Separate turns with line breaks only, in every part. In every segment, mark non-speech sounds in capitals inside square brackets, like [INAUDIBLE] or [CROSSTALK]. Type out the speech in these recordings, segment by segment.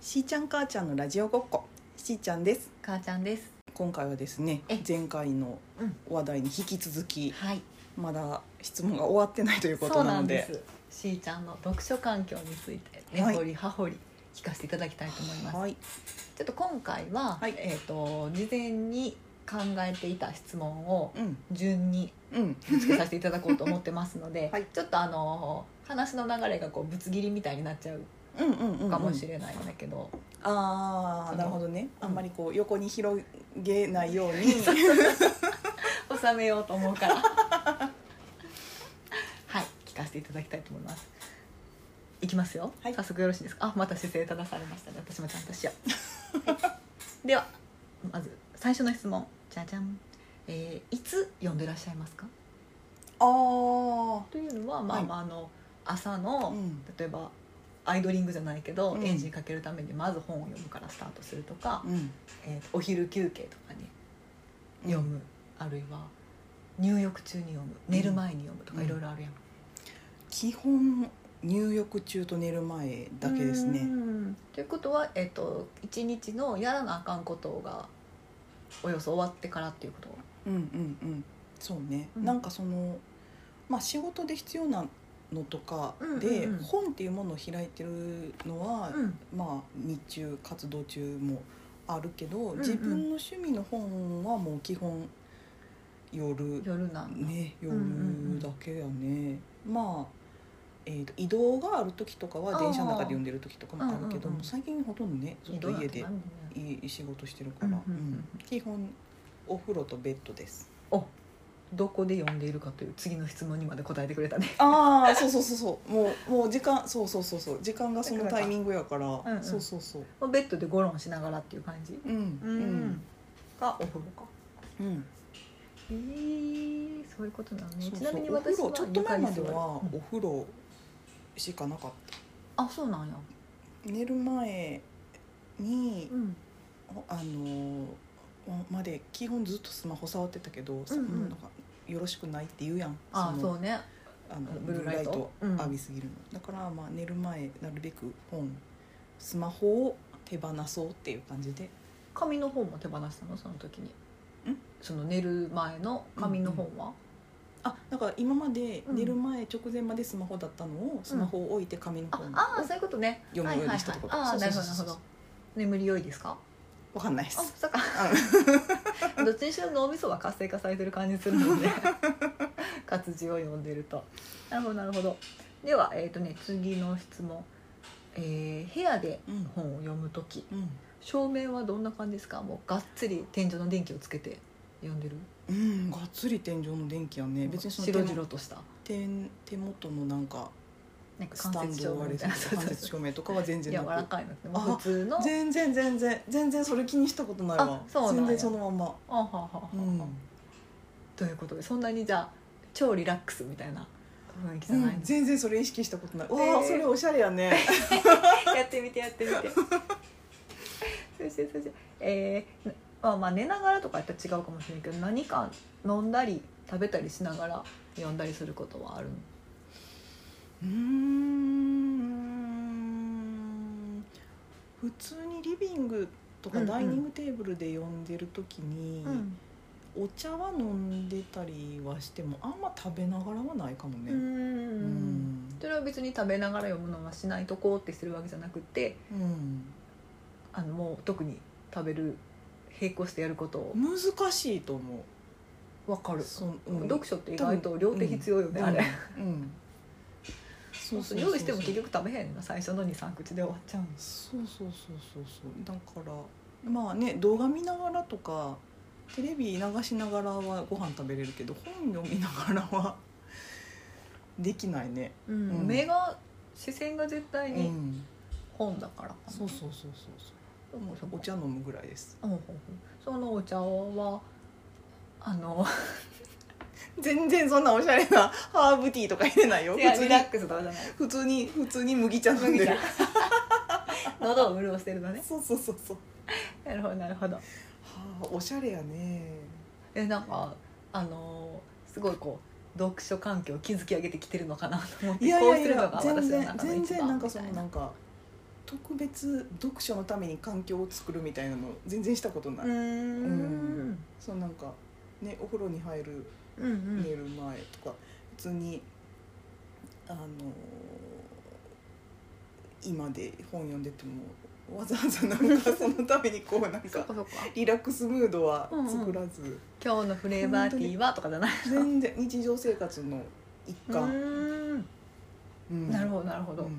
しーちゃん母ちゃんのラジオごっこしーちゃんです
母ちゃんです
今回はですね
え
前回の
うん
話題に引き続き
はい
まだ質問が終わってないということなので
そうなんですしーちゃんの読書環境について根
はい
掘り葉掘り聞かせていただきたいと思います、
はい
ちょっと今回は、
はい
えっ、と事前に考えていた質問を
うん
順に
うん
ぶつけさせていただこうと思ってますので、
[LAUGHS] はい
ちょっとあの話の流れがこうぶつ切りみたいになっちゃう
うんうんうんうん
かもしれないんだけど、
ああなるほどねあんまりこう横に広げないよう
[LAUGHS]
に
収めようと思うからはい聞かせていただきたいと思いますいきますよ、
はい
早速よろしいですかあまた姿勢正されましたね私もちゃんとし
[LAUGHS]
ようではまず最初の質問じゃじゃん、えーいつ読んでらっしゃいますか
[LAUGHS] ああ
というのはまあ
はい
まああの、朝の、
うん
例えばアイドリングじゃないけど、
うん
エンジンかけるためにまず本を読むからスタートするとか、
うん
えーとお昼休憩とかに読む、あるいは入浴中に読む寝る前に読むとか
うん
いろいろあるやん、
基本入浴中と寝る前だけです
う
ね
んということは、えっと一日のやらなあかんことがおよそ終わってからっていうこと
うんうんうんそうね、
うん
なんかそのまあ仕事で必要なのとかで、
うんうんうん
本っていうものを開いてるのは、
うん
まあ日中活動中もあるけど、
ん
自分の趣味の本はもう基本夜
夜なんだ、
ね
んうん
夜だけやね、まあえーと移動がある時とかは電車の中で読んでる時とかもあるけど
うんうん
も
うん
最近ほとんどねずっと家で
どうなってたの
いい仕事してるから、
うんうんうん
うん基本お風呂とベッドです
おどこで読んでいるかという次の質問にまで答えてくれたね [LAUGHS]
ああそうそうそうそうもうもう時間そうそうそうそう時間がそのタイミングやから
うんうん
そうそうそう
もうベッドでゴロンしながらっていう感じ
うん
うん、がお風呂か
うん、うん
えー、そういうことなのね
そう
ち
そ
な
う
みに
お風
私
呂
は
ちょっと前まで
床
は
に座るう
お
ん
風呂しかなかっ
あそうなんや
た寝る前に
うん
あのまで基本ずっとスマホ触ってたけど、そ
うんうん
なんかよろしくないって言うやん
あ
の
そうね
あのブ
ブ
ル
ル
ー
ー
ラ
ラ
イ
イ
ト
ト
浴びすぎるの、だからまあ寝る前なるべく本スマホを手放そうっていう感じで
紙の本も手放したのその時に
ん
その寝る前の紙の本は、
あだから今まで
うん
寝る前直前までスマホだったのをスマホを置いて紙の本を、
ああーそういうことね
読むようにしたってこと
はいはいはいああなるほど
そうそうそ
なるほ
うそう
ど眠り良いですか
わかんないで
あ
す
そっか [LAUGHS] どっちにしろ脳みそは活性化されてる感じするので [LAUGHS] 活字を読んでるとなるほどなるほどではえっ、とね次の質問えー部屋で
うん
本を読む時
うん、
照明はどんな感じですかもうがっつり天井の電気をつけて読んでる
うん、がっつり天井の電気やね別にその手
白々とした
手手元のなんか
なんか
スタ
間
ン
接
ド
照
を
明
割
み
れ
た
て
い
る
な
間接照明とかは全然
柔ら
なく
[LAUGHS] かいのってもう
あ
普通の
全然全然全然それ気にしたことないわ
あそうなんや
全然そのまま
あはははは、
うん
ということでそんなにじゃあ超リラックスみたいな雰囲気じ
う
ゃない
ん、
の、
全然それ意識したことない、わあ
えー
それおしゃれやね
[LAUGHS] やってみてやってみてそしてそしてえーなまあまあ寝ながらとかやったら違うかもしれないけど何か飲んだり食べたりしながら読んだりすることはあるの
うーん普通にリビングとか
うんうん
ダイニングテーブルで読んでる時に、お茶は飲んでたりはしてもあんま食べながらはないかも
う
ね、うんん
それは別に食べながら読むのはしないとこうってするわけじゃなくて
うん
あのもう特に食べる並行してやることを
難しいと思
わか
う
る
そうん
読書って意外と両手必要よね、
うん
あれ、
うんそ
そうそう用意しても結局食べへんねんな最初の23口で終わっちゃうんです
そうそうそうそうそうだからまあね動画見ながらとかテレビ流しながらはご飯食べれるけど本読みながらは [LAUGHS] できないね、うん
目が視線が絶対
う
に
ん、
本だからかな
そうそうそうそう
うもうそ
そうお
こ
茶飲むぐらいです
うんうんうんそのお茶はあ
[LAUGHS]
の
全然そんなおしゃれなハーブティーとか入れないよ
いや
普通
リ
に
ラックスとかじゃない
普通に普通に麦茶飲んで
麦
る
茶 [LAUGHS] 喉を潤してるのね
そうそうそうそう
なるほどなるほど
はあおしゃれやね
えなんかあのすごいこう読書環境を築き上げてきてるのかなと思って
いやい
こう
や
す
い
るの
や
が私
全
の
然
中の
全
一
然な
番
んか
み
そ
た
の
い
な
なん
か特別読書のために環境を作るみたいなの全然したことない、
ん
うんそうなんかねお風呂に入る
うんう
寝
ん
る前とか普通にあのー今で本読んでてもわざわざなん
[LAUGHS]
かそのためにこうなん
そっ
か
かそっか
リラックスムードは作らず、
今日のフレーバーティーはとかじゃない
全然日常生活の一
う
環、
ーん
うん
なるほどなるほ
う
ど
んあ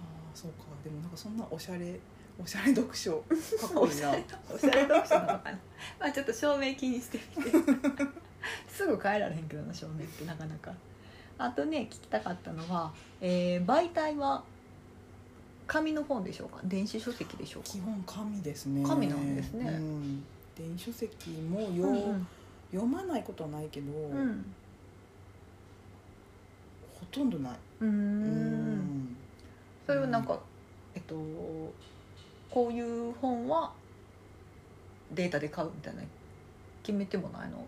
あそうかでもなんかそんなおしゃれおしゃれ読書かっこ
お
いい
し
な
ゃれおしゃれ読書なのかなまあちょっと照明気にしてみてすぐ帰られへんけどな照明ってなかなかあとね聞きたかったのは、えー媒体は紙の本でしょうか電子書籍でしょうか
基本神ですね
神なんですね
うん電子書籍もよ、
うんうん
読まないことはないけど、
うん
ほとんどないう
ー
うん
それはなんかえっとこういう本はデータで買うみたいな決めてもないの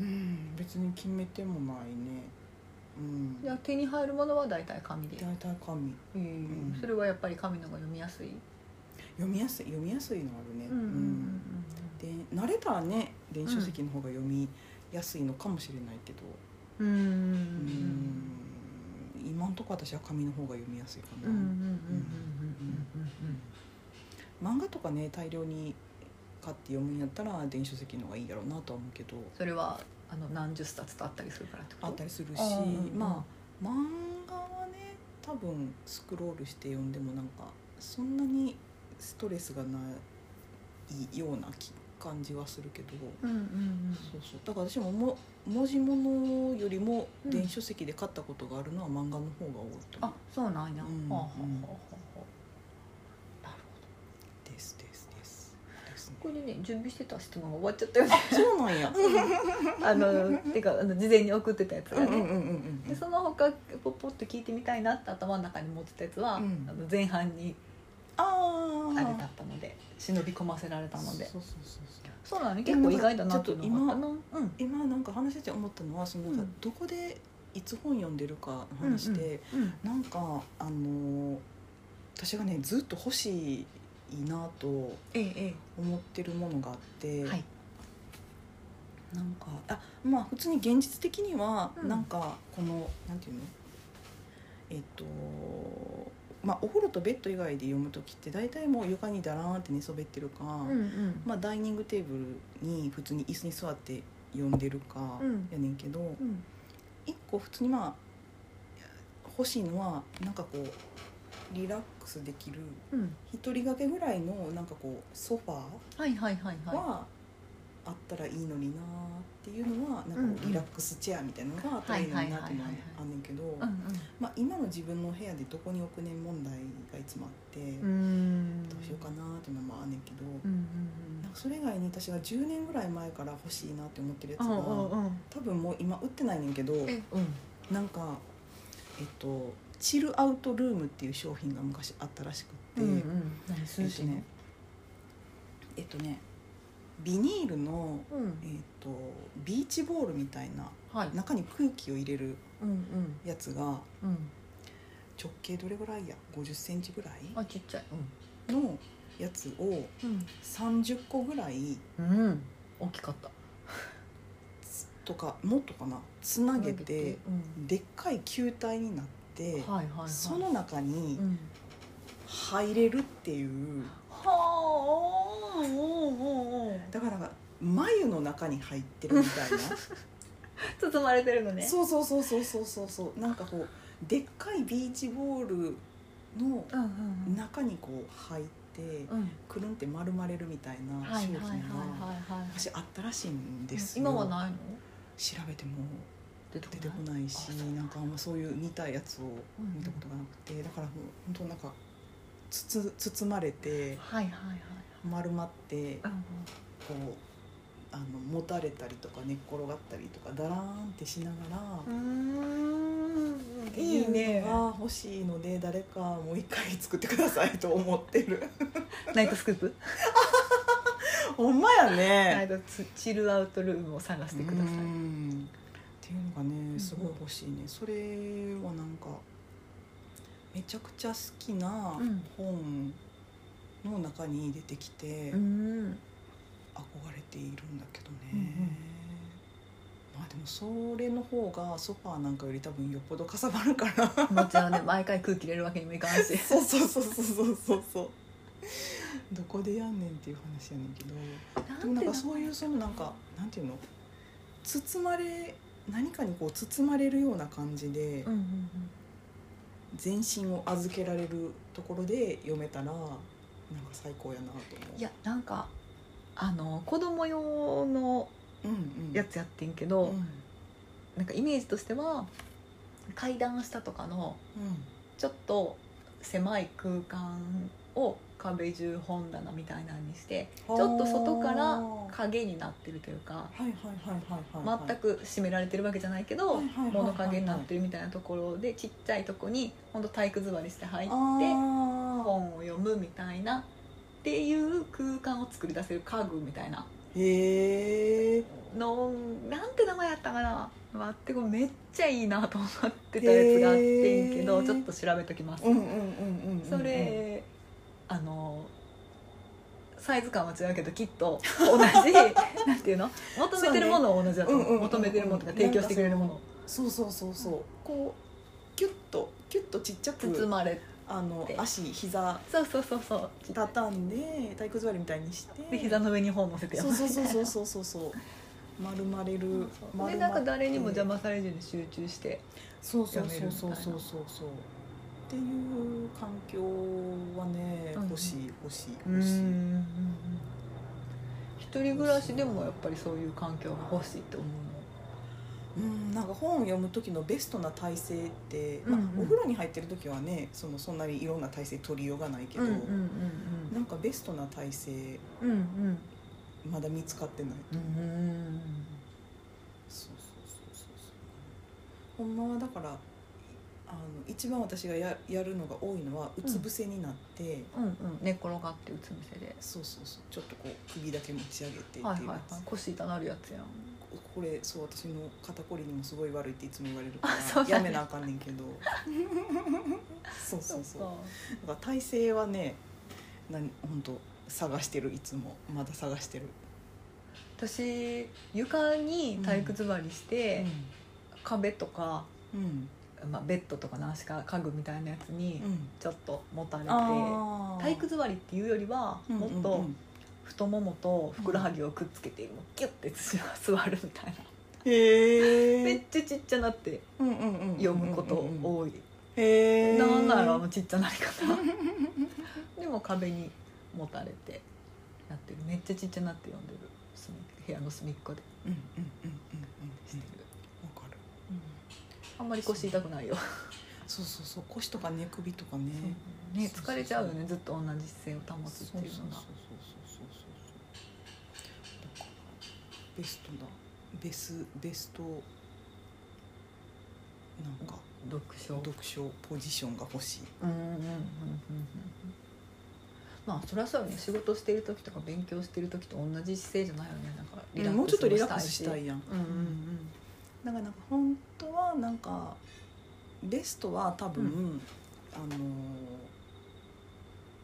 うん別に決めてもないねうん
いや手に入るものは大体紙で、
大体神
うん
ん
それはやっぱり紙の方が読みやすい、
読みやすい読みやすいのあるね、
うんうん
うんで慣れたらね電子書籍の方が読みやすいのかもしれないけど
うんうんうん
うん今んとこ私は紙の方が読みやすいか
うんうんうんうん
な、
うん
漫画とかね大量に買って読むんやったら電子書籍の方がいいやろうなとは思うけど
それはあの何十冊とあったりするからってこと
あったりするし
あーうんうん
まあ漫画はね多分スクロールして読んでもなんかそんなにストレスがないようなき感じはするけど、
うんうんうん
そうそうだから私もも文字物よりも電子書籍で買ったことがあるのは漫画の方が多いと思
あそうなんや、
うん
はあはあはあはあなるほど
うですですですですね
ここにね準備してた質問が終わっちゃったよね
そうなんや
[LAUGHS] あのてかあの事前に送ってたやつ
うん
が
う
ね、
んうんうんう
で
ん
その他ポッポッと聞いてみたいなって頭の中に持ってたやつは、
うん
あの前半に
あ
あれ
あ
だったので忍び込ませられたので
そうそうそうそう
そうなのね
で
結
も
構意外だなっていうのがあ
ち
ったなうん
今なんか話してて思ったのはそのなん
う
か
ん
どこでいつ本読んでるかの話で、
うん
なんかあのー私がねずっと欲しいなと
えええ
思ってるものがあって、
えはい
なんかあまあ普通に現実的には、
うん
なんかこのなんていうのえっとまあお風呂とベッド以外で読む時って大体もう床にだらーんって寝そべってるか、
うん
まあ、ダイニングテーブルに普通に椅子に座って読んでるか
うん
やねんけど、
うん
一個普通にまあ欲しいのはなんかこうリラックスできる
うん
一人掛けぐらいのなんかこうソファ
はいはいはい
ー
は
はあったらいいのになっていうのはなんかこ
うんう
うんリラックスチェアみたいなのがあったらいいのになっていうのは
はいはいはいはい
あんねんけど、
いうん
まあ、今の自分の部屋でどこに置くねん問題がいつもあって
うんうーん
どうしようかなっていうのもあんねんけど。
うんうん
なんかそれ以外に私が10年ぐらい前から欲しいなって思ってるやつ
うん
が
うんうんうん
多分もう今売ってないねんけど
えうん
なんかえっとチルアウトルームっていう商品が昔あったらしくって、
うんうん何
え
数
っと
字ね
ねえっとねビニールの、
う
え
ん
っと、ビーチボールみたいな
はい
中に空気を入れる
うんうん
やつが
うん
直径どれぐらいや5 0ンチぐら
あ
い
ちっちゃい
のやつを
うん
30個ぐらい
うんうん大きかった
とかもっとかなつなげ
投
て
うん
でっかい球体になって
はいはいはい
その中に
うん
入れるっていう
はあおーおーおーおー
だから眉の中に入ってるみたいな。
包まれてる [LAUGHS] のね
そうそうそうそうそうそうそうなんかこうでっかいビーチボールの
うんうん
中にこう入って
うんうん
くるんって丸まれるみたいな
はい
商
は
品
いはいはい
が
はい
昔あったらしいんですよ
今はないの
調べても
出て
出てこ
い
ないし
あそうなん
な
だ
んかあんまそういう似たやつを見たことがなくてだからもう本当なんかつつ包まれて
はいはいはい
丸まって
うんうん
こうあの持たれたりとか寝っ転がったりとかだらーんってしながら。
うーんい
い
い
いね
ね
が欲しいので誰かもう一回作ってください [LAUGHS] と思って
[LAUGHS]
る
ナイトスクープ
ほんまや
ナ
ね
イトツチルアウトルームを探してください
うんっていうのがねすごい欲しいね、それはなんかめめちゃくちゃ好きな
うん
本の中に出てきて
うん
憧れているんだけどね、
うんうん
まあでもそれの方がソファーなんかより多分よっぽどかさばるから
[LAUGHS] もちろんね毎回空気入れるわけにもいかん
[LAUGHS]
し
そうそうそうそうそうそうそうどこでやんねんっていう話やねんけどでもなんかそういうそのなんかなんていうの包まれ何かにこう包まれるような感じで
うんうん
全身を預けられるところで読めたらなんか最高やなと思
う
うん
いやなんかあの子供用の
うんうん
やつやってんけ
う
ど、
んうん
なんかイメージとしては階段下とかのちょっと狭い空間を壁中本棚みたいなのにしてち
あー
ょっと外から
は
影になってるというか
いはいはいはいはいはい
全く閉められてるわけじゃないけ
は
ど
いはいはいはい
物陰になってるみたいなところでちっちゃいとこにほんと体育座りして入って
あ
本を読むみたいなっていう空間を作り出せる家具みたいな
ーへえ
のなんて名前やったかな待ってこれめっちゃいいなと思ってたやつがあってんけ
へ
ど
ー
ちょっと調べときます、
うんうんうんうんうん
それあのサイズ感は違うけどきっと
[LAUGHS]
同じなんていうの求めてるものは同じだと思う
そうねうんうんうんうん
求めてるものとか提供してくれるもの
そうそうそうそうこうキュッとキュッとちっちゃ
包
く
まれ
あの
て
足膝
そうそうそうそう
畳んで体育座りみたいにして
で膝の上に本乗せてや
そうそうそうそうそうそうそう丸まれる
でなんか誰にも邪魔されずに集中して
そうそう
やめる
そう
みた
そ
いうな
そうそうそうっていう環境はね
うん
欲しい欲しい
うん
欲しい、
一人暮らしでもやっぱりそういう環境が欲しいって思う
うん、なんか本を読む時のベストな体勢って、まあ
うんうん
お風呂に入ってる時はねそのそんなにいろんな体勢取りようがないけど、
の
なんかベストな体勢
うんうんうん
まだ見つかってない
うん
そうそうそうそうそうほんまはだからあの一番私がややるのが多いのはうつ伏せになって、
うんうん寝っ転がってうつ伏せで
そうそうそうちょっとこう首だけ持ち上げてっていう
は
や
い
つ、
はいはい腰痛なるやつやん
ここれそう私の肩こりにもすごい悪いっていつも言われるか
あそう
ら
なんや
やめなあかんねん [LAUGHS] けどそうそうそうだから体勢はね何本当探してるいつもまだ探してる、
私床に体育座りして、壁とか、
うん
まあ、ベッドとか何しか家具みたいなやつに
うん
ちょっともたれて、
あー
体育座りっていうよりは
うんう
も
んうん
っと太ももとふくらはぎをくっつけて、もうギュッて座るみたいな、
へえ [LAUGHS]
めっちゃちっちゃなって
うんうんうんうんうん
読むこと多い、
へえ
なんなんやろあのちっちゃなり方 [LAUGHS] でも壁にもたれてやってるめっちゃちっちゃなって読んでる隅部屋の隅っこで
うんうんうんうん
して
うん
る、
うんわかる
あんまり腰痛くないよ、
そうそうそう腰とか寝首とかね、
ね、疲れちゃうよねずっと同じ姿勢を保つっていうのが
ベストだベスベストなんか
読書
読書ポジションが欲しい
うんうんうんうんうんうんまあそりゃそうよね仕事してる時とか勉強してる時と同じ姿勢じゃないよねなんかリラックス
もうちょっとリラッ
も
クスしたいやん
うんうんうん
だからなんか本当はなんかベストは多分、
う
あの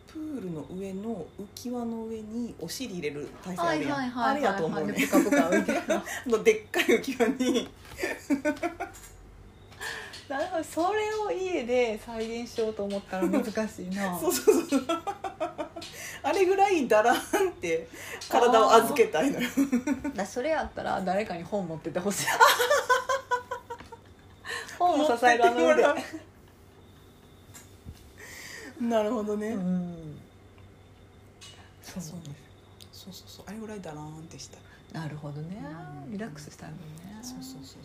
プールの上の浮き輪の上にお尻入れる体勢あ
は
る
い
やん、
はいはい
あれやと思う
はい
ね
はいでぷかぷか
[LAUGHS]
浮いてる
のでっかい浮き輪に
なるほどそれを家で再現しようと思ったら難しいな
[LAUGHS] そうそうそうあれぐらいだらんって体を預けたいのよ
だそれやったら誰かに本持ってて
[LAUGHS]
ほしい本を支えるあの腕
なるほどね、
うんそう
そうそうそうそうあれぐらいだらんってしたい
なるほどね
うん
リラックスしたいもんね
そうそうそうそうそうそう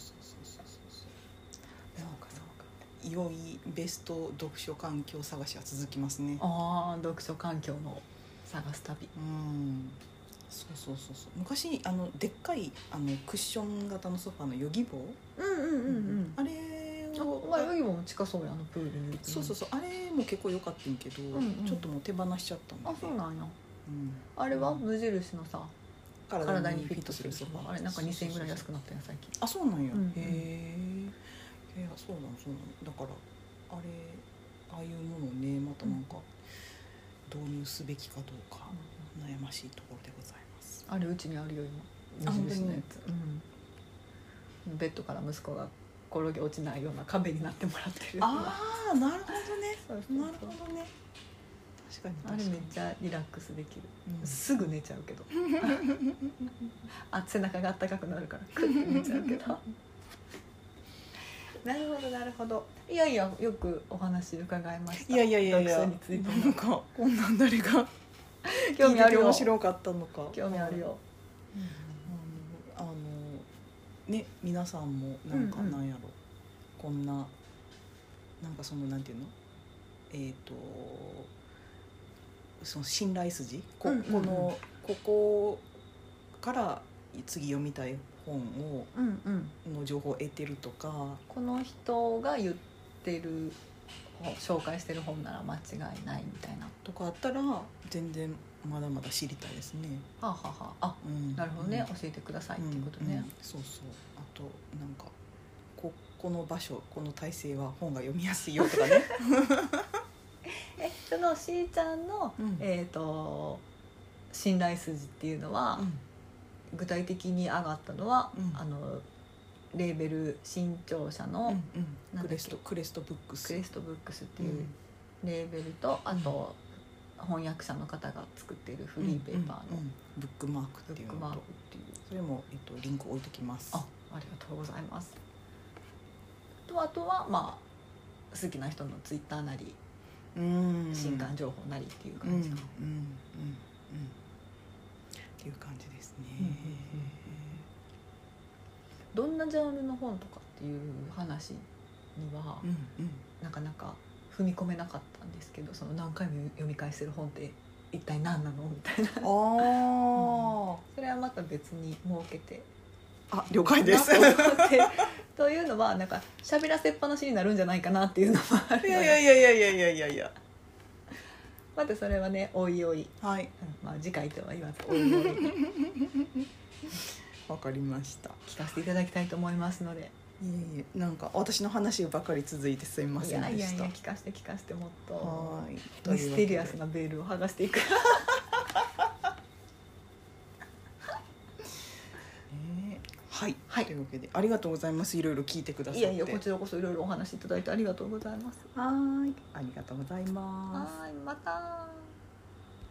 そう
そうかそうか
そう良いベスト読書環境探しは続きますね
ああ読書環境の探す旅
うんそうそうそうそう昔あのでっかいあのクッション型のソファーのヨギ棒、
うんうん
あれ
あ
を
まあヨギボも近そうやあのプールに
そうそうそうあれも結構良かったんけど、
んうん
ちょっともう手放しちゃったんで
あそうなんや
うん
あれは無印のさ体にフィットするソファーあれなんか2000円ぐらい安
く
くなったやん最近
あそうなんや、
うんうん
へえいやそうなんそうなんだからあれああいうものをねまたなんか導入すべきかどうか悩ましいところでございます。
あれうちにあるよ今
あ
無印のやつ、うん、ベッドから息子が転げ落ちないような壁になってもらってる
ああなるほどね
そうそうそう
なるほどね確かに
あれめっち
ゃ、
ゃリラックスできる、
うん
すぐ寝ちゃうけ [LAUGHS] どあ背中が暖かくなる [LAUGHS] からクッて寝ちゃうけどなるほどなるほどいやいやよくお話伺いました
いやいやいやいや
読書について
なんかこんなん誰が
[LAUGHS] 興味あ
聞いて
る
て
よ
面白かったのか
興味あるよ
あのあのね皆さんもなんか
うんうん
なんやろ、こんななんかそのなんていうのえっ、とその信頼筋こ,、
うんうんう
こ
ん
のここから次読みたい本を
うんうん
の情報を得てるとか
この人が言ってる本紹介してる本なら間違いないみたいなは
とかあったら全然まだまだ知りたいですね。
あはあはああ
うん、
なるほどね
うん、
教えてくださいっていうことね、
うんうんそうそうあとなんかここの場所この体勢は本が読みやすいよとかね
えそのしーちゃんの、
うん
えっ、と信頼筋っていうのは、具体的に上がったのは、
うん
あのレーベル新潮社
うんう
の
ん
なんだ
クレ
っけ
ストクレストブックス
クレストブックスっていうレーベルと、あと翻訳者の方が作っているフリーペーパー
うんう
の
んブックマーク
ブ
ってい
ッ
う
ク
の
マークっ
と
ていう
それもえっとリンク置いときます
あありがとうございますとあとはまあ好きな人のツイッターなり
うん
新刊情報なりっていう
うんうんう
感
んう
じ
ん
か、
っていう感じですね
うんうんうんどんなジャンルの本とかっていう話には
うんうん
なかなか踏み込めなかったんですけどその何回も読み返してる本って一体何なのみたいな [LAUGHS]
あ
それはまた別に設けて
ああ了解です
なと思って [LAUGHS] というのはなんか喋らせっぱなしになるんじゃないかなっていうのもある
い
の
や
で
いやいやいやいやいやいやいや
またそれはねおいおい、
はい
うんまあ、次回とは言わずおいおい
わかりました
聞かせていただきたいと思いますので
いえいえなんか私の話ばかり続いてすいま
い
せん
やい
で
や
し
い
た
や聞かせて聞かせてもっと
はーい
ミステリアス
というわ
なベールを剥がしていく
けでねはい、
はい
というわけでありがとうございますいろいろ聞いてくださっ
い
て
やいやこちらこそいろいろお話しいただいてありがとうございます
はーいありがとうございます
はいまた